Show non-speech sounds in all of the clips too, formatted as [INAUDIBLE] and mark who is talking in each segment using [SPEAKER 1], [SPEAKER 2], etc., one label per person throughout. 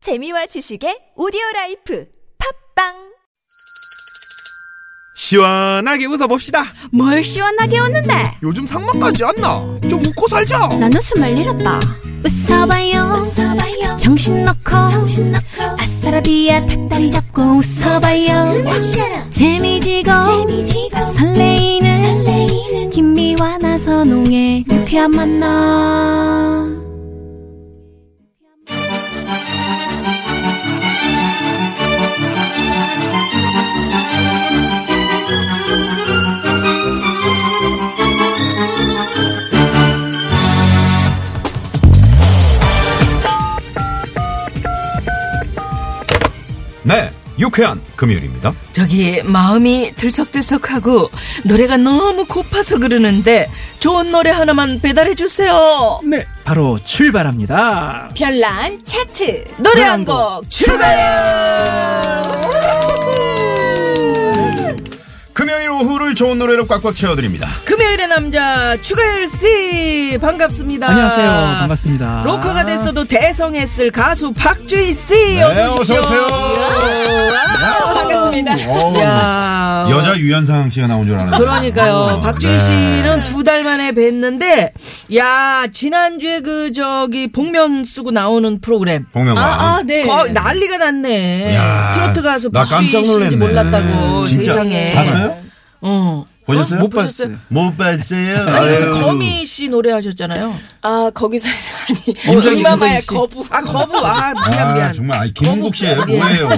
[SPEAKER 1] 재미와 지식의 오디오 라이프 팝빵
[SPEAKER 2] 시원하게 웃어봅시다.
[SPEAKER 3] 뭘 시원하게 웃는데
[SPEAKER 2] 요즘 상만까지 안 나. 좀 웃고 살자.
[SPEAKER 3] 난 웃음을 잃었다 웃어봐요, 정신 놓고 아싸라비아 닭다리 잡고 웃어봐요 재미지고, 설레이는, 김미와 나선홍의 유쾌한 만남
[SPEAKER 4] 네, 유쾌한 금요일입니다.
[SPEAKER 5] 저기 마음이 들썩들썩하고 노래가 너무 고파서 그러는데 좋은 노래 하나만 배달해 주세요.
[SPEAKER 6] 네, 바로 출발합니다.
[SPEAKER 3] 별난 차트
[SPEAKER 5] 노래 한 곡 추가요.
[SPEAKER 4] 금요일 오후를 좋은 노래로 꽉꽉 채워드립니다.
[SPEAKER 5] 금요일의 남자 추가열 씨 반갑습니다.
[SPEAKER 6] 안녕하세요. 반갑습니다.
[SPEAKER 5] 로커가 됐어도 대성했을 가수 박주희 씨 네, 어서 오십시오.
[SPEAKER 3] 반갑습니다
[SPEAKER 5] 야.
[SPEAKER 4] 여자 유연상 씨가 나온 줄 알았는데.
[SPEAKER 5] 그러니까요.
[SPEAKER 4] 어,
[SPEAKER 5] 박주희
[SPEAKER 4] 네.
[SPEAKER 5] 씨는 두 달 만에 뵀는데, 야, 지난주에 그, 저기, 복면 쓰고 나오는 프로그램.
[SPEAKER 4] 복면가.
[SPEAKER 3] 아네
[SPEAKER 5] 거의 난리가 났네.
[SPEAKER 4] 야,
[SPEAKER 5] 트로트 가수
[SPEAKER 4] 나 깜짝
[SPEAKER 5] 박주희 씨인지
[SPEAKER 4] 놀랐네.
[SPEAKER 5] 몰랐다고,
[SPEAKER 4] 진짜.
[SPEAKER 5] 세상에.
[SPEAKER 4] 봤어요?
[SPEAKER 5] 어.
[SPEAKER 4] 보셨어요?
[SPEAKER 6] 못 봤어요.
[SPEAKER 4] 못 봤어요.
[SPEAKER 5] 아니,
[SPEAKER 4] 아유.
[SPEAKER 5] 그 거미 씨 노래하셨잖아요.
[SPEAKER 3] 아 거기서 아니
[SPEAKER 5] 네,
[SPEAKER 6] 임정희,
[SPEAKER 3] 엄마마의
[SPEAKER 6] 임정희 씨.
[SPEAKER 3] 거부
[SPEAKER 5] 아, 거부. 아, 미안,
[SPEAKER 4] 아,
[SPEAKER 5] 미안.
[SPEAKER 4] 정말. 아니, 김홍국 씨예요 뭐예요.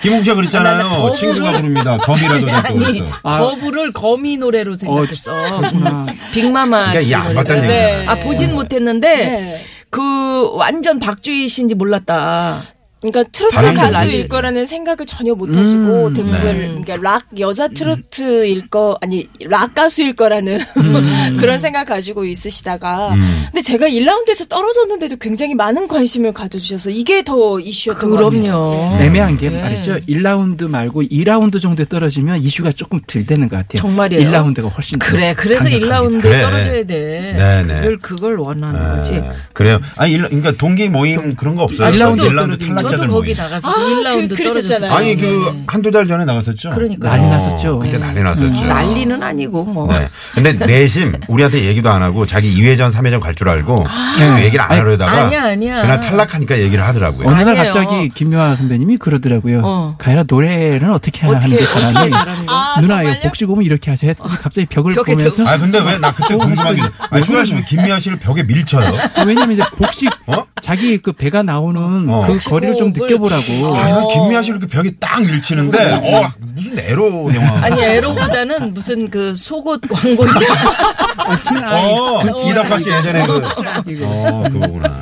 [SPEAKER 4] 김홍국 씨가
[SPEAKER 5] 아, 나
[SPEAKER 4] 그랬잖아요.
[SPEAKER 5] 거부를-
[SPEAKER 4] 친구가 부릅니다. 거미라도 될거
[SPEAKER 5] 아니,
[SPEAKER 4] 그랬어.
[SPEAKER 6] 아.
[SPEAKER 5] 거부를 거미 노래로 생각했어.
[SPEAKER 6] 그렇구나.
[SPEAKER 5] 빅마마
[SPEAKER 4] 그러니까
[SPEAKER 5] 씨.
[SPEAKER 4] 이게 안
[SPEAKER 5] 노래.
[SPEAKER 4] 봤다는 얘기잖아요.
[SPEAKER 5] 아, 보진 못했는데,
[SPEAKER 3] 네.
[SPEAKER 5] 그, 완전 박주희 씨인지 몰랐다.
[SPEAKER 3] 그러니까 트로트
[SPEAKER 4] 사람들
[SPEAKER 3] 가수일
[SPEAKER 4] 난리예요.
[SPEAKER 3] 거라는 생각을 전혀 못 하시고 대부분 그러니까 락 여자 트로트일 거 아니 락 가수일 거라는 [LAUGHS] 그런 생각 가지고 있으시다가
[SPEAKER 4] 음.
[SPEAKER 3] 근데 제가 1라운드에서 떨어졌는데도 굉장히 많은 관심을 가져주셔서 이게 더 이슈였던 것 같아요.
[SPEAKER 5] 그럼요.
[SPEAKER 6] 네. 애매한 게
[SPEAKER 5] 네.
[SPEAKER 6] 말이죠. 1라운드 말고 2라운드 정도에 떨어지면 이슈가 조금 덜 되는 것 같아요.
[SPEAKER 5] 정말이에요.
[SPEAKER 6] 1라운드가 훨씬 더
[SPEAKER 5] 그래, 그래서
[SPEAKER 6] 강력합니다.
[SPEAKER 5] 1라운드에
[SPEAKER 4] 그래.
[SPEAKER 5] 떨어져야 돼.
[SPEAKER 4] 네, 네.
[SPEAKER 5] 그걸, 그걸 원하는
[SPEAKER 4] 아,
[SPEAKER 5] 거지.
[SPEAKER 4] 그래요. 아니, 일- 그러니까 동기 모임 그런 거 없어요.
[SPEAKER 6] 아, 일라운드
[SPEAKER 4] 저도 일라운드
[SPEAKER 6] 떨어지는 거.
[SPEAKER 4] 탈락자들
[SPEAKER 5] 저도 거기
[SPEAKER 4] 모임.
[SPEAKER 5] 나가서
[SPEAKER 3] 아,
[SPEAKER 5] 1라운드
[SPEAKER 3] 그- 그러셨잖아요.
[SPEAKER 5] 떨어졌어요. 네.
[SPEAKER 4] 아니, 그, 한두 달 전에 나갔었죠? 어,
[SPEAKER 5] 그러니까요. 음.
[SPEAKER 6] 난리 났었죠.
[SPEAKER 4] 그때
[SPEAKER 6] 네.
[SPEAKER 4] 난리 났었죠.
[SPEAKER 5] 난리는 아니고 뭐.
[SPEAKER 4] 네. 근데 내심 우리한테 얘기도 안 하고 자기 2회전, 3회전 갈 줄 알고 계속
[SPEAKER 6] 네.
[SPEAKER 4] 얘기를 안
[SPEAKER 6] 아니,
[SPEAKER 4] 하려다가
[SPEAKER 5] 아니야, 아니야.
[SPEAKER 4] 그날 탈락하니까 얘기를 하더라고요.
[SPEAKER 6] 어느 날
[SPEAKER 5] 아니에요.
[SPEAKER 6] 갑자기 김묘아 선배님이 그러더라고요.
[SPEAKER 5] 어.
[SPEAKER 6] 가연아 노래를 어떻게 하나 하는 게 잘하니?
[SPEAKER 3] 아,
[SPEAKER 6] 누나 이거
[SPEAKER 3] 정말요?
[SPEAKER 6] 복식 오면 이렇게 하세요. 했더니 갑자기 벽을
[SPEAKER 5] 어. 벽에
[SPEAKER 6] 보면서
[SPEAKER 4] 아 근데 왜 나
[SPEAKER 5] 어,
[SPEAKER 4] 그때 궁금한 게 아니
[SPEAKER 6] 그러냐.
[SPEAKER 4] 중간 씨왜 김미아 씨를 벽에 밀쳐요?
[SPEAKER 6] 아, 왜냐면 이제 복식
[SPEAKER 4] 어?
[SPEAKER 6] 자기 그 배가 나오는
[SPEAKER 4] 어.
[SPEAKER 6] 그 거리를
[SPEAKER 5] 복식호흡을- 어.
[SPEAKER 6] 좀 느껴보라고.
[SPEAKER 4] 아니 난 김미아 씨를 이렇게 벽에 딱 밀치는데 어 무슨 에로 영화.
[SPEAKER 5] 아니, 에로보다는 무슨 그 속옷 광고자.
[SPEAKER 4] [LAUGHS] 어 이덕화 씨 예전에 그.
[SPEAKER 6] 이거.
[SPEAKER 4] 어 그거구나.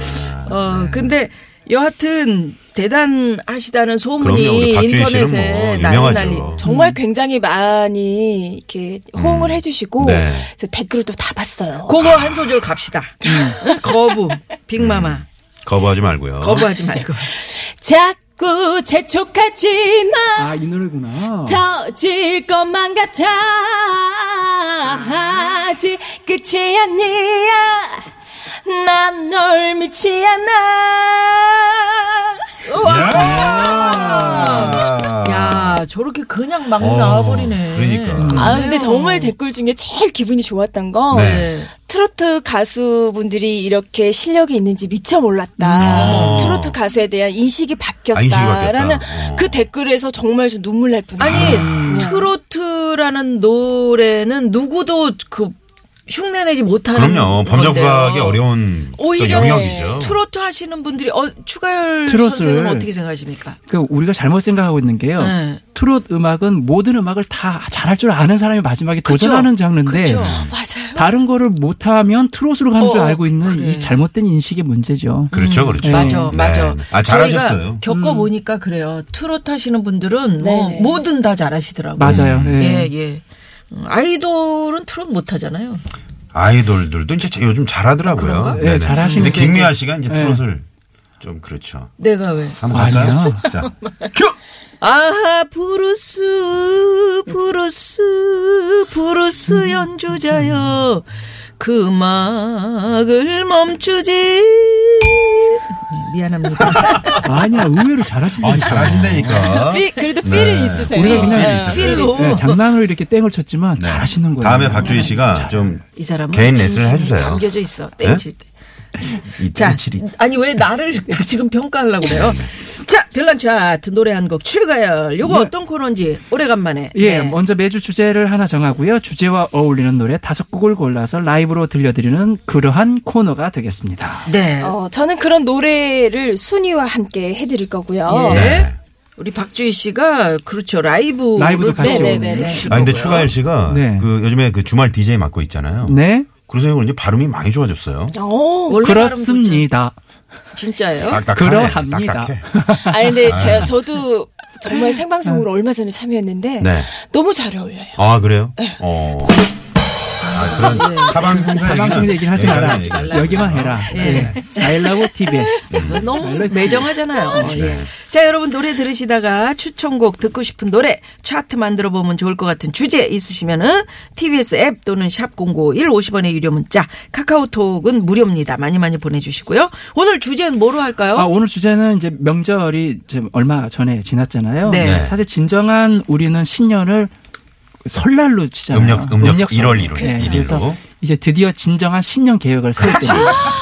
[SPEAKER 5] 어, 근데 여하튼 대단하시다는
[SPEAKER 4] 그럼요, 우리
[SPEAKER 5] 소문이
[SPEAKER 4] 박주희 씨는
[SPEAKER 5] 인터넷에
[SPEAKER 4] 뭐
[SPEAKER 5] 난리 난리.
[SPEAKER 4] 유명하죠.
[SPEAKER 3] 정말 굉장히 많이 이렇게 호응을 해주시고
[SPEAKER 4] 네.
[SPEAKER 3] 그래서 댓글을 또 다 봤어요.
[SPEAKER 5] 그거 한 소절 갑시다.
[SPEAKER 4] 음.
[SPEAKER 5] 거부,
[SPEAKER 4] 네.
[SPEAKER 5] 빅마마.
[SPEAKER 4] 거부하지 말고요.
[SPEAKER 5] 거부하지 말고.
[SPEAKER 3] 자꾸 재촉하지 마.
[SPEAKER 6] 아, 이 노래구나.
[SPEAKER 3] 터질 것만 같아 아직 끝이 아니야 난 널 믿지 않아
[SPEAKER 4] 어? 야.
[SPEAKER 5] 야, 저렇게 그냥 막
[SPEAKER 4] 아. 어,
[SPEAKER 5] 나와버리네.
[SPEAKER 4] 그러니까.
[SPEAKER 3] 아 근데 정말
[SPEAKER 6] 네.
[SPEAKER 3] 댓글 중에 제일 기분이 좋았던 건
[SPEAKER 4] 네.
[SPEAKER 3] 트로트 가수분들이 이렇게 실력이 있는지 미처 몰랐다
[SPEAKER 4] 음.
[SPEAKER 3] 트로트 가수에 대한 인식이
[SPEAKER 4] 아, 인식이 바뀌었다.
[SPEAKER 3] 바뀌었다라는
[SPEAKER 4] 어.
[SPEAKER 3] 그 댓글에서 정말 좀 눈물 날 뻔했어요
[SPEAKER 5] 아니 트로트라는 노래는 누구도 그 흉내내지 못하는
[SPEAKER 4] 그럼요. 범접하기
[SPEAKER 5] 건데요.
[SPEAKER 4] 어려운 또
[SPEAKER 5] 오히려 예,
[SPEAKER 4] 영역이죠.
[SPEAKER 5] 트로트 하시는 분들이 어, 추가열
[SPEAKER 6] 트롯을- 어.
[SPEAKER 5] 선생님은 어떻게 생각하십니까?
[SPEAKER 6] 그러니까 우리가 잘못 생각하고 있는 게요.
[SPEAKER 5] 네.
[SPEAKER 6] 트롯 음악은 모든 음악을 다 잘할 줄 아는 사람이 마지막에 도전하는 장르인데
[SPEAKER 5] 그쵸.
[SPEAKER 3] 맞아요
[SPEAKER 6] 다른 거를 못하면 트롯으로 가는 줄
[SPEAKER 5] 어,
[SPEAKER 6] 알고 있는
[SPEAKER 5] 그래.
[SPEAKER 6] 이 잘못된 인식의 문제죠.
[SPEAKER 4] 그렇죠, 그렇죠.
[SPEAKER 5] 음, 맞아,
[SPEAKER 4] 네.
[SPEAKER 5] 맞아.
[SPEAKER 4] 아, 잘하셨어요.
[SPEAKER 5] 저희가 겪어보니까
[SPEAKER 6] 음.
[SPEAKER 5] 그래요. 트로트 하시는 분들은 뭐
[SPEAKER 3] 네네.
[SPEAKER 5] 뭐든 다 잘하시더라고요.
[SPEAKER 6] 맞아요.
[SPEAKER 5] 예,
[SPEAKER 6] 예.
[SPEAKER 5] 예. 음, 아이돌은 트롯 못 하잖아요.
[SPEAKER 4] 아이돌들도 이제 요즘 잘하더라고요. 네,
[SPEAKER 6] 예, 잘하시는
[SPEAKER 4] 근데
[SPEAKER 6] 게
[SPEAKER 4] 김미아
[SPEAKER 6] 이제-
[SPEAKER 4] 씨가 이제
[SPEAKER 6] 예.
[SPEAKER 4] 트롯을 좀 그렇죠.
[SPEAKER 5] 내가 왜?
[SPEAKER 4] 한번 갈까요?
[SPEAKER 6] 아니요. [LAUGHS]
[SPEAKER 4] 자,
[SPEAKER 5] 아하 브루스 브루스 브루스 연주자여 그 음악을 멈추지 [LAUGHS] 미안합니다.
[SPEAKER 6] 아니야 의외로 잘하신다.
[SPEAKER 4] 아,
[SPEAKER 5] [LAUGHS]
[SPEAKER 4] 잘하신다니까.
[SPEAKER 3] 삐- 그래도 삘은
[SPEAKER 4] 네.
[SPEAKER 3] 있으세요.
[SPEAKER 6] 우리가 그냥
[SPEAKER 3] 네.
[SPEAKER 5] 필이 있어요. 필로.
[SPEAKER 6] 네, 장난으로 이렇게 땡을 쳤지만
[SPEAKER 4] 네.
[SPEAKER 6] 잘하시는 거예요. 네.
[SPEAKER 4] 다음에 박주희 씨가 좀
[SPEAKER 5] 이 사람은
[SPEAKER 4] 개인 레슨을
[SPEAKER 5] 진심이
[SPEAKER 4] 해주세요. 네?
[SPEAKER 5] 담겨져 있어. 땡칠 때.
[SPEAKER 4] 이
[SPEAKER 5] 자,
[SPEAKER 4] 땡칠이.
[SPEAKER 5] 아니 왜 나를 [LAUGHS] 지금 평가하려고
[SPEAKER 4] 네,
[SPEAKER 5] 그래요? 자, 별난 차트 노래 한 곡 출가열. 요거 어떤 코너인지 오래간만에.
[SPEAKER 6] 예,
[SPEAKER 5] 네.
[SPEAKER 6] 먼저 매주 주제를 하나 정하고요. 주제와 어울리는 노래 다섯 곡을 골라서 라이브로 들려드리는 그러한 코너가 되겠습니다.
[SPEAKER 5] 네.
[SPEAKER 3] 어, 저는 그런 노래를 순위와 함께 해드릴 거고요.
[SPEAKER 5] 예.
[SPEAKER 4] 네.
[SPEAKER 5] 우리 박주희 씨가 그렇죠 라이브
[SPEAKER 6] 라이브도 같이
[SPEAKER 3] 오는 네.
[SPEAKER 4] 아 근데 추가열 씨가
[SPEAKER 6] 네.
[SPEAKER 4] 그 요즘에 그 주말 DJ 맡고 있잖아요.
[SPEAKER 6] 네,
[SPEAKER 4] 그래서 이제 발음이 많이 좋아졌어요.
[SPEAKER 3] 오.
[SPEAKER 5] 원래
[SPEAKER 6] 그렇습니다. 아,
[SPEAKER 5] 발음 좋죠. 진짜예요?
[SPEAKER 4] 딱딱하네.
[SPEAKER 6] 그러합니다.
[SPEAKER 5] [LAUGHS]
[SPEAKER 4] 딱딱해.
[SPEAKER 3] 아 근데 제 저도 정말 생방송으로 얼마 전에 참여했는데
[SPEAKER 4] 네.
[SPEAKER 3] 너무 잘 어울려요.
[SPEAKER 4] 아 그래요? 어. 아 그런 타방송사
[SPEAKER 6] 네. 사방송 얘기는 하지 마라.
[SPEAKER 4] 여기까지 네. 얘기하지
[SPEAKER 6] 여기만
[SPEAKER 4] 마라.
[SPEAKER 6] 해라. 예. I love TBS.
[SPEAKER 5] 너무
[SPEAKER 6] 네.
[SPEAKER 5] 매정하잖아요. 예. 자 여러분 노래 들으시다가 추천곡 듣고 싶은 노래 차트 만들어 보면 좋을 것 같은 주제 있으시면은 TBS 앱 또는 샵 #051 50원의 유료 문자 카카오톡은 무료입니다. 많이 많이 보내주시고요. 오늘 주제는 뭐로 할까요?
[SPEAKER 6] 아, 오늘 주제는 이제 명절이 지금 얼마 전에 지났잖아요.
[SPEAKER 5] 네.
[SPEAKER 4] 네.
[SPEAKER 6] 사실 진정한 우리는 신년을 설날로 치잖아요.
[SPEAKER 4] 음력- 음력
[SPEAKER 6] 설날.
[SPEAKER 4] 1월 1일.
[SPEAKER 6] 네,
[SPEAKER 4] 1일 로.
[SPEAKER 6] 그래서 이제 드디어 진정한 신년 계획을 세울 때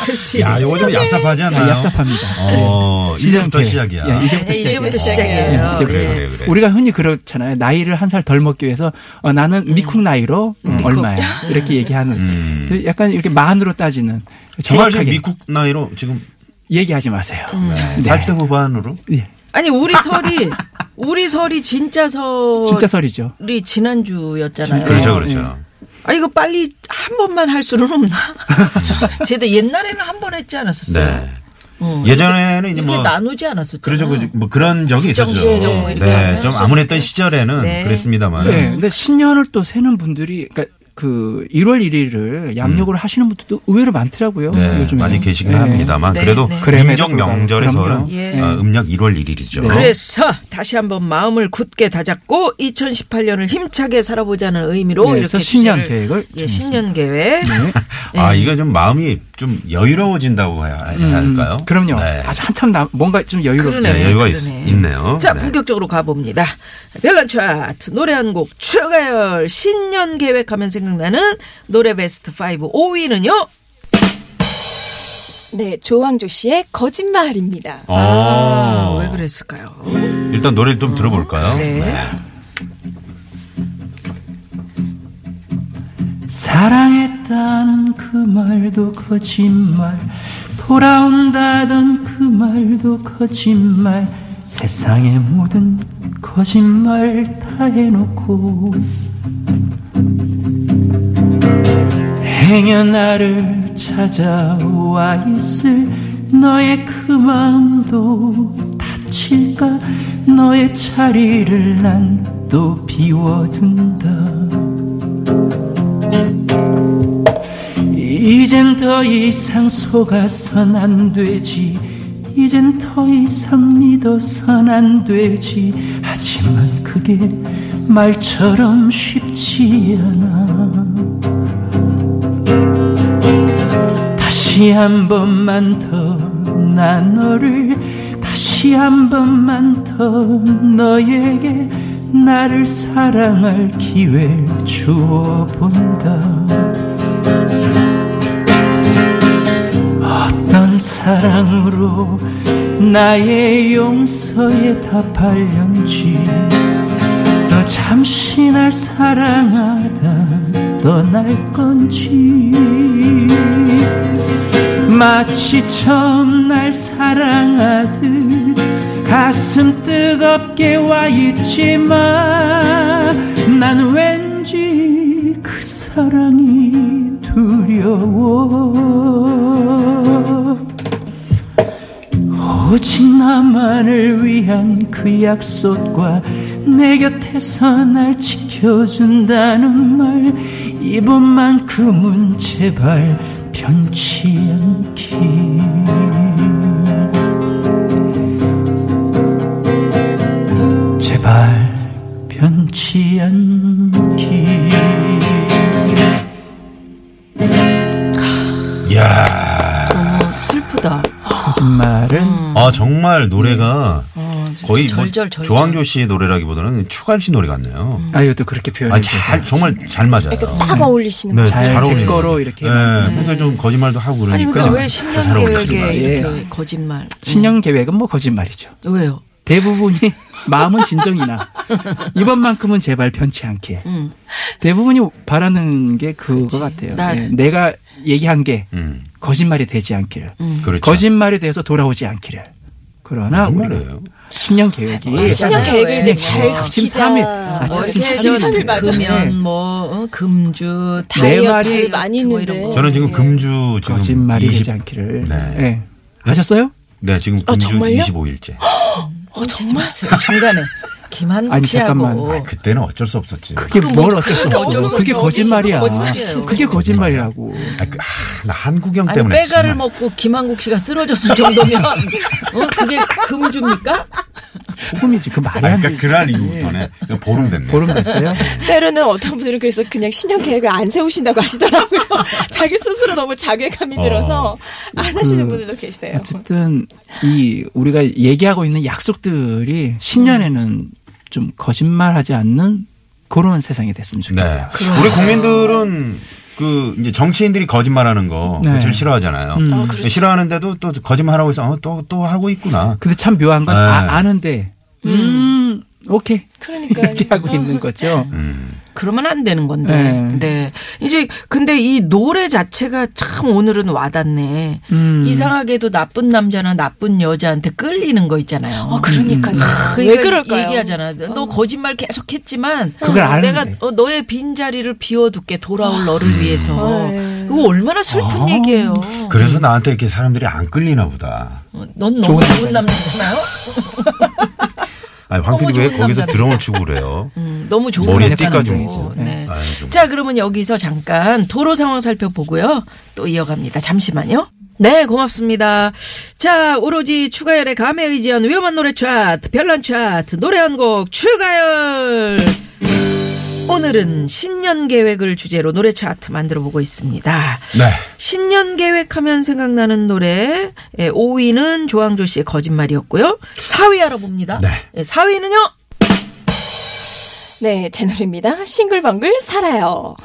[SPEAKER 5] 그렇지.
[SPEAKER 4] 야 요거 좀 얍삽하지 않나요?
[SPEAKER 6] 약삽합니다.
[SPEAKER 4] 아. 어 이제부터
[SPEAKER 6] 계획.
[SPEAKER 4] 시작이야.
[SPEAKER 6] 예, 이제부터
[SPEAKER 5] 네,
[SPEAKER 6] 시작이에요.
[SPEAKER 5] 이제부터
[SPEAKER 4] 어,
[SPEAKER 5] 시작이에요.
[SPEAKER 6] 이제부터.
[SPEAKER 4] 그래 그래 그래.
[SPEAKER 6] 네. 우리가 흔히 그렇잖아요. 나이를 한 살 덜 먹기 위해서 어, 나는 미국 나이로 음,
[SPEAKER 5] 미쿡.
[SPEAKER 6] 얼마야 이렇게 얘기하는
[SPEAKER 4] 음.
[SPEAKER 6] 그 약간 이렇게 만으로 따지는
[SPEAKER 4] 정말 지금
[SPEAKER 6] 정확하게
[SPEAKER 4] 미국 나이로 지금
[SPEAKER 6] 얘기하지 마세요. 네.
[SPEAKER 4] 40대 후반으로
[SPEAKER 6] 예,
[SPEAKER 5] 음. 아니 우리 설이 우리 설이 진짜 설이
[SPEAKER 6] 진짜 설이죠.
[SPEAKER 5] 지난주였잖아요.
[SPEAKER 4] 그렇죠 그렇죠.
[SPEAKER 5] 아 이거 빨리 한 번만 할 수는
[SPEAKER 4] [LAUGHS]
[SPEAKER 5] 없나? 쟤도 옛날에는 한 번 했지 않았었어요. 음.
[SPEAKER 4] 네. 예전에는
[SPEAKER 5] 이렇게
[SPEAKER 4] 이제 뭐
[SPEAKER 5] 나누지 않았었죠.
[SPEAKER 4] 그렇죠 그- 뭐 그런 적이
[SPEAKER 5] 시정,
[SPEAKER 4] 있었죠.
[SPEAKER 5] 시정 뭐 이렇게
[SPEAKER 4] 네,
[SPEAKER 5] 하면
[SPEAKER 4] 좀 아무랬던 시절에는
[SPEAKER 5] 네.
[SPEAKER 4] 그랬습니다만.
[SPEAKER 6] 네. 근데 신년을 또 세는 분들이 그러니까 그 1월 1일을 양력으로 하시는 분들도 의외로 많더라고요.
[SPEAKER 4] 음. 네,
[SPEAKER 6] 요즘에
[SPEAKER 4] 많이 계시긴
[SPEAKER 6] 네.
[SPEAKER 4] 합니다만
[SPEAKER 5] 네,
[SPEAKER 4] 그래도
[SPEAKER 5] 네.
[SPEAKER 6] 그럼에도
[SPEAKER 4] 민족
[SPEAKER 6] 불구하고.
[SPEAKER 4] 명절에서는
[SPEAKER 6] 그럼요.
[SPEAKER 5] 예.
[SPEAKER 4] 어, 음력 1월 1일이죠.
[SPEAKER 6] 네.
[SPEAKER 5] 그래서 다시 한번 마음을 굳게 다잡고 2018년을 힘차게 살아보자는
[SPEAKER 4] 예,
[SPEAKER 5] 의미로
[SPEAKER 6] 그래서
[SPEAKER 5] 이렇게
[SPEAKER 6] 신년
[SPEAKER 5] 주제를-
[SPEAKER 6] 계획을
[SPEAKER 5] 예, 신년 계획.
[SPEAKER 4] 아 이게 좀 마음이 좀 여유로워진다고 해야 해야 할까요?
[SPEAKER 6] 예. 음, 그럼요.
[SPEAKER 4] 네.
[SPEAKER 6] 아주 한참 남, 뭔가 좀 여유롭게.
[SPEAKER 5] 그러네.
[SPEAKER 4] 네, 여유가 있,
[SPEAKER 5] 그러네.
[SPEAKER 4] 네요
[SPEAKER 5] 자,
[SPEAKER 4] 네.
[SPEAKER 5] 본격적으로 가봅니다. 별난 차트 노래 한 곡 추가열 신년 계획하면 생각나는 노래 베스트 5 5위는요.
[SPEAKER 3] 네, 조항조 씨의 거짓말입니다.
[SPEAKER 4] 어,
[SPEAKER 5] 아, 왜 그랬을까요?
[SPEAKER 4] 일단 노래를 좀 들어볼까요?
[SPEAKER 5] 네.
[SPEAKER 6] 사랑했다는 그 말도 거짓말 돌아온다던 그 말도 거짓말 세상의 모든 거짓말 다 해놓고 행여 나를 찾아와 있을 너의 그 마음도 다칠까 너의 자리를 난 또 비워둔다 이젠 더 이상 속아선 안 되지 이젠 더 이상 믿어선 안 되지 하지만 그게 말처럼 쉽지 않아 다시 한 번만 더 나 너를 다시 한 번만 더 너에게 나를 사랑할 기회 주어 본다 어떤 사랑으로 나의 용서에 다 팔렸지 또 잠시 날 사랑하다 떠날 건지 마치 처음 날 사랑하듯 가슴 뜨겁게 와 있지만 난 왠지 그 사랑이 두려워 오직 나만을 위한 그 약속과 내 곁에서 날 지켜준다는 말 이번만큼은 제발 변치 않기 제발 변치 않기
[SPEAKER 4] 이야,
[SPEAKER 5] 슬프다.
[SPEAKER 6] 거짓말은
[SPEAKER 4] 아, 정말 노래가 거의 뭐
[SPEAKER 5] 음. 절절절절. 음.
[SPEAKER 4] 조항조 씨의 노래라기보다는 추가열 씨 노래 같네요.
[SPEAKER 6] 아, 이것도 그렇게 표현을
[SPEAKER 4] 아,
[SPEAKER 6] 해서
[SPEAKER 4] 잘, 정말 잘 맞아요.
[SPEAKER 3] 딱 어울리시는
[SPEAKER 4] 네,
[SPEAKER 3] 거죠.
[SPEAKER 6] 그렇죠. 잘
[SPEAKER 4] 잘
[SPEAKER 6] 제
[SPEAKER 4] 어울리는
[SPEAKER 6] 거로
[SPEAKER 4] 거.
[SPEAKER 6] 이렇게
[SPEAKER 4] 네,
[SPEAKER 6] 만드는.
[SPEAKER 4] 근데 좀 거짓말도 하고 그러니까.
[SPEAKER 5] 아니 근데 왜
[SPEAKER 4] 잘
[SPEAKER 5] 10년
[SPEAKER 4] 어울리는 것
[SPEAKER 5] 계획에
[SPEAKER 4] 같아요.
[SPEAKER 5] 이렇게 거짓말? 음.
[SPEAKER 6] 신년 계획은 뭐 거짓말이죠.
[SPEAKER 5] 왜요?
[SPEAKER 6] 대부분이 [LAUGHS] 마음은 진정이나 이번만큼은 제발 변치 않게.
[SPEAKER 5] 음.
[SPEAKER 6] 대부분이 바라는 게 그거
[SPEAKER 5] 그치.
[SPEAKER 6] 같아요.
[SPEAKER 5] 나-
[SPEAKER 6] 예, 내가 얘기한 게
[SPEAKER 4] 음,
[SPEAKER 6] 거짓말이 되지 않기를.
[SPEAKER 5] 음.
[SPEAKER 4] 그렇죠.
[SPEAKER 6] 거짓말이 돼서 돌아오지 않기를. 그러나
[SPEAKER 4] 무슨
[SPEAKER 6] 우리가
[SPEAKER 4] 말이에요? 아,
[SPEAKER 6] 신년 계획이
[SPEAKER 3] 신년 계획이 이제 잘 지키자.
[SPEAKER 6] 13일. 아,
[SPEAKER 5] 어제
[SPEAKER 6] 지금
[SPEAKER 5] 전
[SPEAKER 6] 13일
[SPEAKER 5] 금연 뭐 어, 금주
[SPEAKER 6] 내
[SPEAKER 5] 다이어트
[SPEAKER 6] 말이-
[SPEAKER 3] 많이
[SPEAKER 5] 뭐 이런
[SPEAKER 3] 있는데.
[SPEAKER 5] 거.
[SPEAKER 4] 저는 지금 금주 지금
[SPEAKER 6] 예. 거짓말이
[SPEAKER 4] 20
[SPEAKER 6] 되지 않기를.
[SPEAKER 4] 네.
[SPEAKER 6] 예. 하셨어요?
[SPEAKER 4] 네, 지금
[SPEAKER 5] 아,
[SPEAKER 4] 금주
[SPEAKER 3] 정말요?
[SPEAKER 4] 25일째.
[SPEAKER 5] 어, 정말 중간에 김한국
[SPEAKER 6] 아니,
[SPEAKER 5] 씨하고
[SPEAKER 6] 잠깐만.
[SPEAKER 4] 그때는 어쩔 수 없었지.
[SPEAKER 6] 그게 뭘 어쩔 수 없어.
[SPEAKER 5] 어쩔 수
[SPEAKER 6] 그게
[SPEAKER 5] 없죠.
[SPEAKER 6] 거짓말이야.
[SPEAKER 5] 거짓말이에요.
[SPEAKER 6] 그게 거짓말이라고.
[SPEAKER 4] 아, 그, 아, 나 한국형
[SPEAKER 5] 아니
[SPEAKER 4] 때문에.
[SPEAKER 5] 빼가를
[SPEAKER 4] 정말.
[SPEAKER 5] 먹고 김한국 씨가 쓰러졌을 정도면 어, 그게 금주입니까?
[SPEAKER 6] 소금이지. 그 말이
[SPEAKER 4] 아,
[SPEAKER 6] 안 돼.
[SPEAKER 4] 그러니까 그날 이후부터는 그냥 보름 됐네.
[SPEAKER 6] 보름 됐어요?
[SPEAKER 3] 때로는 어떤 분들은 그래서 그냥 신년 계획을 안
[SPEAKER 6] [LAUGHS]
[SPEAKER 3] 세우신다고 하시더라고요. 자기 스스로 너무 자괴감이
[SPEAKER 4] 어.
[SPEAKER 3] 들어서 안 하시는
[SPEAKER 6] 그-
[SPEAKER 3] 분들도 계세요.
[SPEAKER 6] 어쨌든 이 우리가 얘기하고 있는 약속들이 신년에는 좀 거짓말하지 않는 그런 세상이 됐으면
[SPEAKER 4] 네.
[SPEAKER 6] 좋겠다.
[SPEAKER 4] 우리 국민들은 그 이제 정치인들이 거짓말하는 거
[SPEAKER 6] 네.
[SPEAKER 4] 제일 싫어하잖아요.
[SPEAKER 6] 음.
[SPEAKER 5] 그렇죠.
[SPEAKER 6] 아,
[SPEAKER 4] 싫어하는데도 또 거짓말하고 있어. 어, 또, 또 하고 있구나.
[SPEAKER 6] 근데 참 묘한 건
[SPEAKER 4] 네.
[SPEAKER 6] 아, 는데 음, 오케이
[SPEAKER 3] 그러니까요.
[SPEAKER 6] 이렇게 하고 있는 거죠.
[SPEAKER 4] 음.
[SPEAKER 5] 그러면 안 되는 건데.
[SPEAKER 6] 네.
[SPEAKER 5] 네. 이제 근데 이 노래 자체가 참 오늘은 와닿네.
[SPEAKER 6] 음.
[SPEAKER 5] 이상하게도 나쁜 남자나 나쁜 여자한테 끌리는 거 있잖아요.
[SPEAKER 3] 아, 그러니까요.
[SPEAKER 5] 그러니까
[SPEAKER 3] 왜 그럴까요?
[SPEAKER 5] 얘기하잖아. 너 거짓말 계속했지만
[SPEAKER 6] 그걸 아는데.
[SPEAKER 5] 내가 어, 너의 빈 자리를 비워둘게 돌아올 너를 위해서.
[SPEAKER 3] 네.
[SPEAKER 5] 그거 얼마나 슬픈
[SPEAKER 4] 아.
[SPEAKER 5] 얘기예요.
[SPEAKER 6] 음.
[SPEAKER 4] 그래서 나한테 이렇게 사람들이 안 끌리나 보다.
[SPEAKER 5] 어, 넌 너무
[SPEAKER 6] 좋은
[SPEAKER 5] 좋은 남자잖아요.
[SPEAKER 4] 아니, 황
[SPEAKER 5] 너무
[SPEAKER 4] PD 왜
[SPEAKER 5] 좋은
[SPEAKER 4] 거기서
[SPEAKER 5] 남자네.
[SPEAKER 4] 드럼을 치고 그래요?
[SPEAKER 5] 음, 너무 좋은
[SPEAKER 4] 머리에
[SPEAKER 5] 남자라는
[SPEAKER 4] 띠까지
[SPEAKER 5] 거고.
[SPEAKER 6] 오고.
[SPEAKER 5] 네.
[SPEAKER 4] 아유, 좀.
[SPEAKER 5] 자, 그러면 여기서 잠깐 도로 상황 살펴보고요. 또 이어갑니다. 잠시만요. 네, 고맙습니다. 자, 오로지 추가열의 감에 의지한 위험한 노래 차트, 별난 차트, 노래 한 곡 추가열! 오늘은 신년 계획을 주제로 노래 차트 만들어 보고 있습니다.
[SPEAKER 4] 네.
[SPEAKER 5] 신년 계획하면 생각나는 노래 예, 5위는 조항조 씨의 거짓말이었고요. 4위 알아봅니다. 예,
[SPEAKER 4] 네.
[SPEAKER 5] 4위는요.
[SPEAKER 3] 네, 제 노래입니다. 싱글벙글 살아요.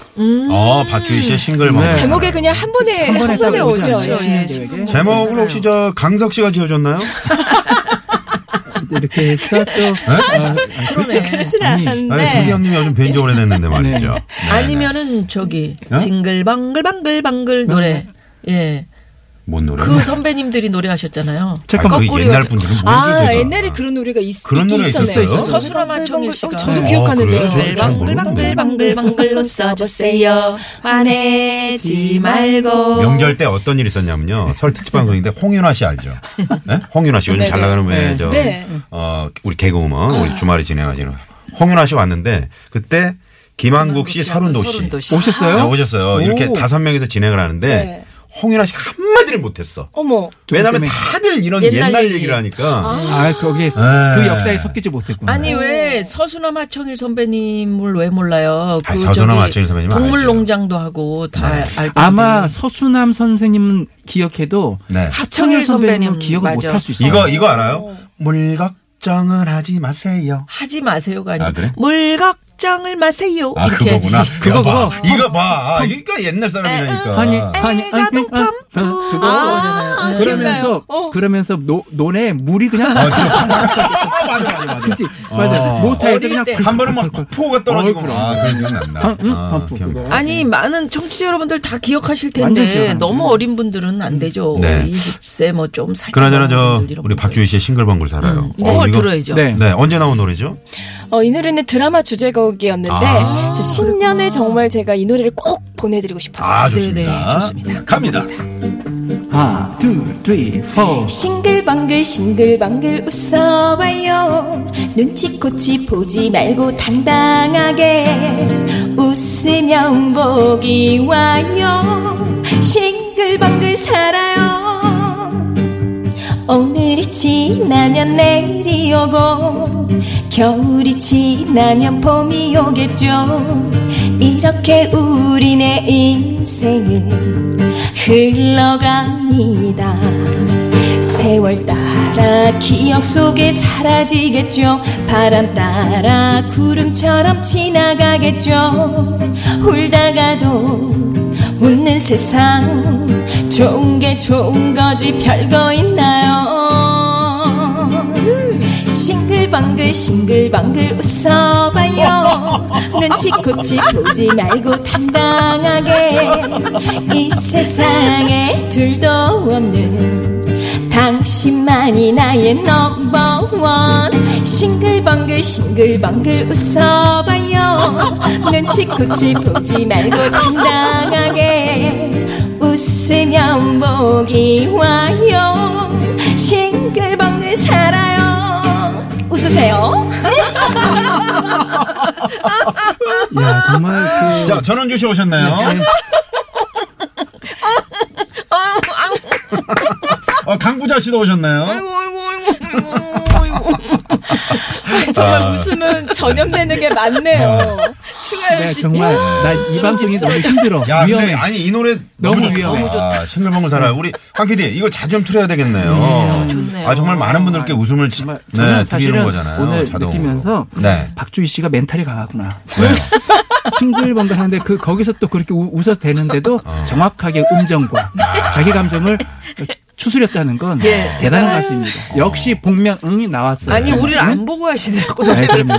[SPEAKER 4] 어, 박주희 씨의 싱글벙글.
[SPEAKER 6] 음. 네.
[SPEAKER 3] 제목에 그냥 한 번에
[SPEAKER 6] 한 번에
[SPEAKER 3] 한 번에
[SPEAKER 6] 딱 오지
[SPEAKER 3] 오죠.
[SPEAKER 6] 않죠?
[SPEAKER 3] 예.
[SPEAKER 4] 네. 제목을 혹시 저 강석 씨가 지어줬나요?
[SPEAKER 6] 이렇게 해서 또 아, 아,
[SPEAKER 5] 그러네.
[SPEAKER 3] 그렇진
[SPEAKER 4] 아니, 성기
[SPEAKER 3] 않았는데.
[SPEAKER 4] 형님이 요즘 뵌지 오래됐는데 말이죠. 네,
[SPEAKER 5] 아니면은 저기
[SPEAKER 4] 어? 음.
[SPEAKER 5] 징글방글방글방글 노래. 예.
[SPEAKER 4] 네. 뭔 노래?
[SPEAKER 5] 그 선배님들이 노래하셨잖아요.
[SPEAKER 6] 잠깐만.
[SPEAKER 4] 아니, 그
[SPEAKER 5] 거꾸로
[SPEAKER 4] 옛날
[SPEAKER 5] 해가지고-
[SPEAKER 4] 분들은 뭔지
[SPEAKER 3] 아,
[SPEAKER 4] 되잖아. 예,
[SPEAKER 3] 옛날에 그런 노래가 있,
[SPEAKER 4] 그런
[SPEAKER 3] 있긴
[SPEAKER 4] 노래가
[SPEAKER 3] 있었네요.
[SPEAKER 4] 있었어요?
[SPEAKER 5] 서수라마 청일 씨가.
[SPEAKER 3] 어, 저도
[SPEAKER 6] 어,
[SPEAKER 4] 그래요?
[SPEAKER 3] 기억하는데요.
[SPEAKER 4] 네,
[SPEAKER 3] 네.
[SPEAKER 4] 저도 잘 모르는데.
[SPEAKER 5] 방글방글방글방글로 써주세요. 화내지 말고.
[SPEAKER 4] 명절 때 어떤 일이 있었냐면요. 설 특집 방송인데 홍윤아 씨 알죠? 예? 홍윤아 씨 요즘 잘 나가는 왜 저,
[SPEAKER 3] 네.
[SPEAKER 4] 어, 우리 개그우먼, 우리 주말에 진행하시는 홍윤아 씨 왔는데 그때 김한국 씨, 서른도 씨.
[SPEAKER 5] 서른도 씨.
[SPEAKER 4] 네,
[SPEAKER 6] 오셨어요?
[SPEAKER 4] 오셨어요. 이렇게
[SPEAKER 6] 오.
[SPEAKER 4] 다섯 명이서 진행을 하는데
[SPEAKER 3] 네.
[SPEAKER 4] 홍윤아 씨가 한마디를 못했어.
[SPEAKER 3] 어머.
[SPEAKER 4] 왜냐면
[SPEAKER 6] 때문에.
[SPEAKER 4] 다들 이런
[SPEAKER 5] 옛날
[SPEAKER 4] 옛날,
[SPEAKER 5] 얘기.
[SPEAKER 4] 얘기를 하니까.
[SPEAKER 6] 아, 거기에
[SPEAKER 4] 네.
[SPEAKER 6] 그 역사에 섞이지 못했구나.
[SPEAKER 5] 아니 왜 서수나마 청일 선배님을 왜 몰라요? 그
[SPEAKER 4] 아, 서수남
[SPEAKER 5] 저기
[SPEAKER 4] 하청일 선배님은 알죠. 네.
[SPEAKER 5] 동물농장도 하고 다 알고
[SPEAKER 6] 아마 서수남 선생님은 기억해도
[SPEAKER 4] 네.
[SPEAKER 6] 하청일
[SPEAKER 5] 하청일
[SPEAKER 6] 선배님은
[SPEAKER 5] 선배님,
[SPEAKER 6] 기억을
[SPEAKER 5] 맞아.
[SPEAKER 6] 못할 수 있어요.
[SPEAKER 4] 이거, 이거 알아요? 물 걱정은 하지 마세요.
[SPEAKER 5] 하지 마세요가 아니고
[SPEAKER 4] 아, 그래?
[SPEAKER 5] 물 걱정을 마세요.
[SPEAKER 4] 아,
[SPEAKER 5] 이렇게 해야지.
[SPEAKER 4] 그거구나.
[SPEAKER 6] 그거,
[SPEAKER 4] 봐.
[SPEAKER 6] 그거. 어.
[SPEAKER 4] 이거 봐. 그러니까 옛날 사람이라니까.
[SPEAKER 6] 아니, 아니, 아니,
[SPEAKER 5] 자동
[SPEAKER 6] 아니,
[SPEAKER 5] 펌프.
[SPEAKER 6] 아, 그거
[SPEAKER 3] 아, 아,
[SPEAKER 6] 그러면서
[SPEAKER 3] 기억나요. 어.
[SPEAKER 6] 그러면서 노, 논에 물이 그냥
[SPEAKER 4] 아, 그렇구나. 맞아, 맞아, 맞아.
[SPEAKER 6] 그치 맞아
[SPEAKER 4] 어.
[SPEAKER 6] 모터에서
[SPEAKER 5] 어릴
[SPEAKER 6] 그냥
[SPEAKER 5] 때.
[SPEAKER 6] 쿨쿨
[SPEAKER 4] 한 번은 뭐 막 폭포가 떨어지고
[SPEAKER 6] 얼굴
[SPEAKER 4] 아 그런 기억 난다.
[SPEAKER 6] 응,
[SPEAKER 4] 아,
[SPEAKER 6] 펌프
[SPEAKER 4] 기억나.
[SPEAKER 6] 그거.
[SPEAKER 5] 아니 많은 청취자 여러분들 다 기억하실
[SPEAKER 6] 완전
[SPEAKER 5] 텐데
[SPEAKER 6] 기억하는데.
[SPEAKER 5] 너무 어린 분들은 안 되죠.
[SPEAKER 4] 네.
[SPEAKER 5] 20세 뭐 좀 살짝
[SPEAKER 4] 그나저나
[SPEAKER 5] 어린
[SPEAKER 4] 저
[SPEAKER 5] 분들, 음. 이런 분들.
[SPEAKER 4] 우리 박주희 씨의 싱글벙글 살아요. 어,
[SPEAKER 5] 그걸
[SPEAKER 4] 이거-
[SPEAKER 5] 음. 들어야죠.
[SPEAKER 6] 네.
[SPEAKER 4] 네 언제 나온 노래죠?
[SPEAKER 3] 어, 이 노래는 드라마 주제곡이었는데
[SPEAKER 4] 아,
[SPEAKER 3] 저 신년에 정말 제가 이 노래를 꼭 보내드리고 싶었어요.
[SPEAKER 4] 아
[SPEAKER 5] 네,
[SPEAKER 4] 좋습니다.
[SPEAKER 5] 네, 좋습니다.
[SPEAKER 4] 갑니다.
[SPEAKER 6] 하나 둘셋포
[SPEAKER 1] 싱글벙글 싱글벙글 웃어봐요 눈치코치 보지 말고 당당하게 웃으면 복이 와요 싱글벙글 살아요 오늘이 지나면 내일이 오고 겨울이 지나면 봄이 오겠죠 이렇게 우리네 인생은 흘러갑니다 새
[SPEAKER 7] 세월 따라 기억 속에 사라지겠죠 바람 따라 구름처럼 지나가겠죠 울다가도 웃는 세상 좋은 게 좋은 거지 별거 있나요 싱글벙글 싱글벙글 웃어봐요 눈치코치 보지 말고 당당하게 이 세상에 둘도 없는 당신만이 나의 넘버원 싱글벙글 싱글벙글 웃어봐요 눈치코치 보지 말고 당당하게 웃으면 복이 와요 싱글벙글 살아요 웃으세요
[SPEAKER 6] 야 정말 그
[SPEAKER 4] 자, 전원주 씨
[SPEAKER 6] 네.
[SPEAKER 4] 오셨나요? 어, 강부자 씨도 오셨나요?
[SPEAKER 3] 정말
[SPEAKER 4] 아.
[SPEAKER 3] 웃으면 전염되는 게 맞네요.
[SPEAKER 6] 내가 정말 나 이 방송이 너무 힘들어
[SPEAKER 4] 야,
[SPEAKER 6] 위험해
[SPEAKER 4] 근데 아니 이 노래
[SPEAKER 6] 너무
[SPEAKER 4] 좋다.
[SPEAKER 6] 위험해. 너무
[SPEAKER 4] 아, 싱글벙글 살아요. 우리 황키디 이거 자주 좀 틀어야 되겠네요.
[SPEAKER 5] 좋네요.
[SPEAKER 4] 아 정말 많은 분들께 웃음을 지-
[SPEAKER 6] 정말 저는
[SPEAKER 4] 네, 드리는
[SPEAKER 6] 사실은
[SPEAKER 4] 거잖아요.
[SPEAKER 6] 오늘
[SPEAKER 4] 자동으로.
[SPEAKER 6] 느끼면서
[SPEAKER 4] 네.
[SPEAKER 6] 박주희 씨가 멘탈이 강하구나
[SPEAKER 4] 왜요?
[SPEAKER 6] 싱글벙글 하는데 그 거기서 또 그렇게 우- 웃어도 되는데도 정확하게 음정과 자기 감정을 추스렸다는 건 대단한
[SPEAKER 4] 어.
[SPEAKER 6] 가수입니다. 역시 복면응이 나왔어요.
[SPEAKER 5] 예. 아니 우리를
[SPEAKER 6] 응?
[SPEAKER 5] 안 보고 하시더라고.
[SPEAKER 6] 아니,
[SPEAKER 5] [LAUGHS]
[SPEAKER 6] 네. 그럼요.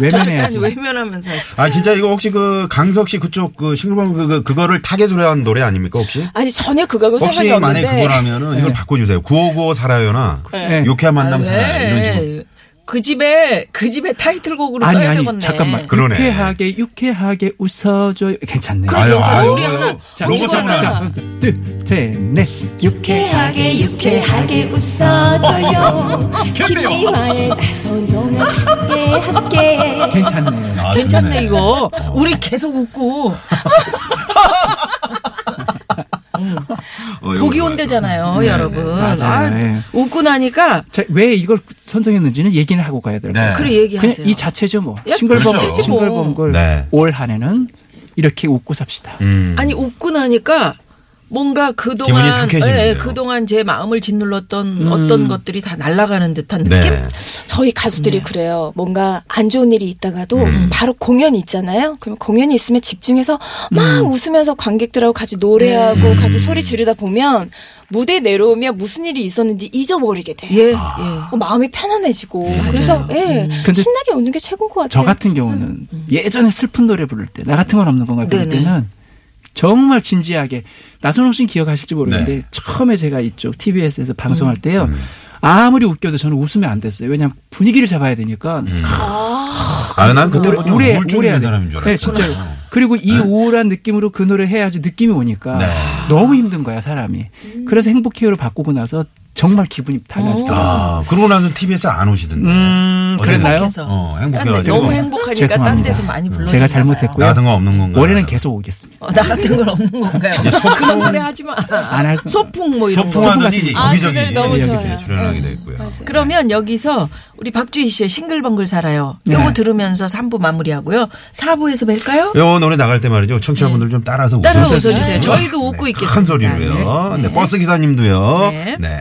[SPEAKER 5] 아니,
[SPEAKER 6] 외면해야지.
[SPEAKER 5] 외면하면서 하시.
[SPEAKER 4] 아 진짜 이거 혹시 그 강석 씨 그쪽 그 싱글벙글 그, 그거를 타겟으로 한 노래 아닙니까 혹시?
[SPEAKER 3] 아니 전혀 그거하고 뭐 상관이
[SPEAKER 4] 혹시 만약에
[SPEAKER 3] 없는데.
[SPEAKER 4] 그거라면은 이걸
[SPEAKER 6] 네.
[SPEAKER 4] 바꿔주세요. 9595 살아요나
[SPEAKER 6] 네.
[SPEAKER 4] 유쾌한 만남 살아요. 이런 식으로.
[SPEAKER 5] 네. 그 집에 그 집에 타이틀곡으로
[SPEAKER 6] 아니
[SPEAKER 5] 써야
[SPEAKER 6] 아니
[SPEAKER 5] 되겠네.
[SPEAKER 6] 잠깐만
[SPEAKER 4] 그러네.
[SPEAKER 6] 유쾌하게 유쾌하게 웃어줘요 괜찮네요.
[SPEAKER 4] 아유
[SPEAKER 5] 괜찮아.
[SPEAKER 4] 아유
[SPEAKER 5] 우리 하나
[SPEAKER 4] 아유. 로봇으로 하나.
[SPEAKER 6] 둘셋넷
[SPEAKER 7] 유쾌하게 유쾌하게 웃어줘요
[SPEAKER 4] 괜찮네요.
[SPEAKER 7] 김미화의 나선 용을 함께 함께
[SPEAKER 6] 괜찮네요.
[SPEAKER 4] 아,
[SPEAKER 5] 괜찮네
[SPEAKER 4] 좋네.
[SPEAKER 5] 이거. 우리 계속 웃고
[SPEAKER 4] 어, 이거
[SPEAKER 5] 독이
[SPEAKER 4] 좋아요.
[SPEAKER 5] 온대잖아요,
[SPEAKER 6] 네,
[SPEAKER 5] 여러분.
[SPEAKER 6] 네, 맞아요.
[SPEAKER 5] 아,
[SPEAKER 6] 네.
[SPEAKER 5] 웃고 나니까
[SPEAKER 6] 자, 왜 이걸 선정했는지는 얘기는 하고 가야 될
[SPEAKER 4] 네.
[SPEAKER 6] 거예요.
[SPEAKER 5] 그래
[SPEAKER 6] 그냥
[SPEAKER 5] 얘기하세요.
[SPEAKER 6] 이 자체죠 뭐.
[SPEAKER 5] 야,
[SPEAKER 6] 싱글벙글
[SPEAKER 4] 그렇죠.
[SPEAKER 6] 싱글벙글
[SPEAKER 4] 네.
[SPEAKER 6] 올 한해는 이렇게 웃고 삽시다.
[SPEAKER 4] 음.
[SPEAKER 5] 아니 웃고 나니까 뭔가
[SPEAKER 4] 기분이
[SPEAKER 5] 그동안 예,
[SPEAKER 4] 상쾌해지는데요.
[SPEAKER 5] 그동안 제 마음을 짓눌렀던 어떤 것들이 다 날아가는 듯한 느낌?
[SPEAKER 4] 네.
[SPEAKER 3] 저희 가수들이 그래요. 뭔가 안 좋은 일이 있다가도
[SPEAKER 4] 음.
[SPEAKER 3] 바로 공연이 있잖아요. 그럼 공연이 있으면 집중해서 막
[SPEAKER 4] 음.
[SPEAKER 3] 웃으면서 관객들하고 같이 노래하고
[SPEAKER 4] 네.
[SPEAKER 3] 같이 소리 지르다 보면 무대 내려오면 무슨 일이 있었는지 잊어버리게 돼요.
[SPEAKER 5] 예,
[SPEAKER 4] 아,
[SPEAKER 3] 어, 마음이 편안해지고
[SPEAKER 4] 네,
[SPEAKER 3] 그래서 예,
[SPEAKER 4] 음.
[SPEAKER 6] 근데
[SPEAKER 3] 신나게 웃는 게 최고인 것 같아요.
[SPEAKER 5] 네.
[SPEAKER 6] 저 같은 경우는 예전에 슬픈 노래 부를 때, 나 같은 건 없는 건가 부를
[SPEAKER 5] 음, 네네.
[SPEAKER 6] 때는 정말 진지하게 나선홍 씨는 기억하실지
[SPEAKER 4] 네.
[SPEAKER 6] 모르겠는데 처음에 제가 이쪽 TBS에서
[SPEAKER 5] 음.
[SPEAKER 6] 방송할 때요.
[SPEAKER 4] 음.
[SPEAKER 6] 아무리 웃겨도 저는 웃으면 안 됐어요. 왜냐하면 분위기를 잡아야 되니까.
[SPEAKER 4] 음. 아, 난 그때 뭐좀
[SPEAKER 6] 우울해-
[SPEAKER 4] 우울증
[SPEAKER 6] 우울해야
[SPEAKER 4] 있는
[SPEAKER 6] 돼.
[SPEAKER 4] 사람인 줄
[SPEAKER 6] 네,
[SPEAKER 4] 알았어.
[SPEAKER 6] 진짜로. 그리고 이 우울한 느낌으로 그 노래 해야지 느낌이 오니까
[SPEAKER 4] 네.
[SPEAKER 6] 너무 힘든 거야 사람이.
[SPEAKER 5] 음.
[SPEAKER 6] 그래서 행복해요로 바꾸고 나서 정말 기분이 달라지더라고요.
[SPEAKER 4] 아, 그러고 나서 TV에서 안 오시던데.
[SPEAKER 6] 음,
[SPEAKER 4] 어제
[SPEAKER 6] 그랬나요?
[SPEAKER 5] 행복해서.
[SPEAKER 4] 어,
[SPEAKER 5] 딴 데,
[SPEAKER 4] 행복해가지고.
[SPEAKER 5] 너무 행복하니까 딴
[SPEAKER 6] 죄송합니다.
[SPEAKER 5] 데서 많이 불러.
[SPEAKER 6] 제가 잘못했고요.
[SPEAKER 4] 나 같은 건 없는 건가요?
[SPEAKER 6] 올해는 계속 오겠습니다.
[SPEAKER 5] 어, 나 같은 건 없는 건가요? 그런 노래 하지 마.
[SPEAKER 6] 안 할.
[SPEAKER 5] 소풍 뭐 이런 거.
[SPEAKER 4] 소풍하더니 이제
[SPEAKER 3] 아,
[SPEAKER 4] 여기저기
[SPEAKER 3] 그날 너무
[SPEAKER 4] 여기저기
[SPEAKER 3] 좋아요.
[SPEAKER 4] 출연하게
[SPEAKER 3] 네.
[SPEAKER 4] 됐고요.
[SPEAKER 3] 맞아요.
[SPEAKER 5] 그러면 여기서 우리 박주희 씨의 싱글벙글 살아요.
[SPEAKER 6] 네.
[SPEAKER 5] 요거 들으면서 3부 마무리하고요. 4부에서 뵐까요?
[SPEAKER 4] 요 노래 나갈 때 말이죠. 청취자분들 좀 따라서
[SPEAKER 5] 따라
[SPEAKER 4] 웃어주세요.
[SPEAKER 5] 웃어주세요. 저희도
[SPEAKER 4] 네,
[SPEAKER 5] 웃고
[SPEAKER 4] 큰
[SPEAKER 5] 있겠습니다.
[SPEAKER 4] 소리로요.
[SPEAKER 5] 네.
[SPEAKER 4] 네, 버스 기사님도요.
[SPEAKER 5] 네.
[SPEAKER 4] 네.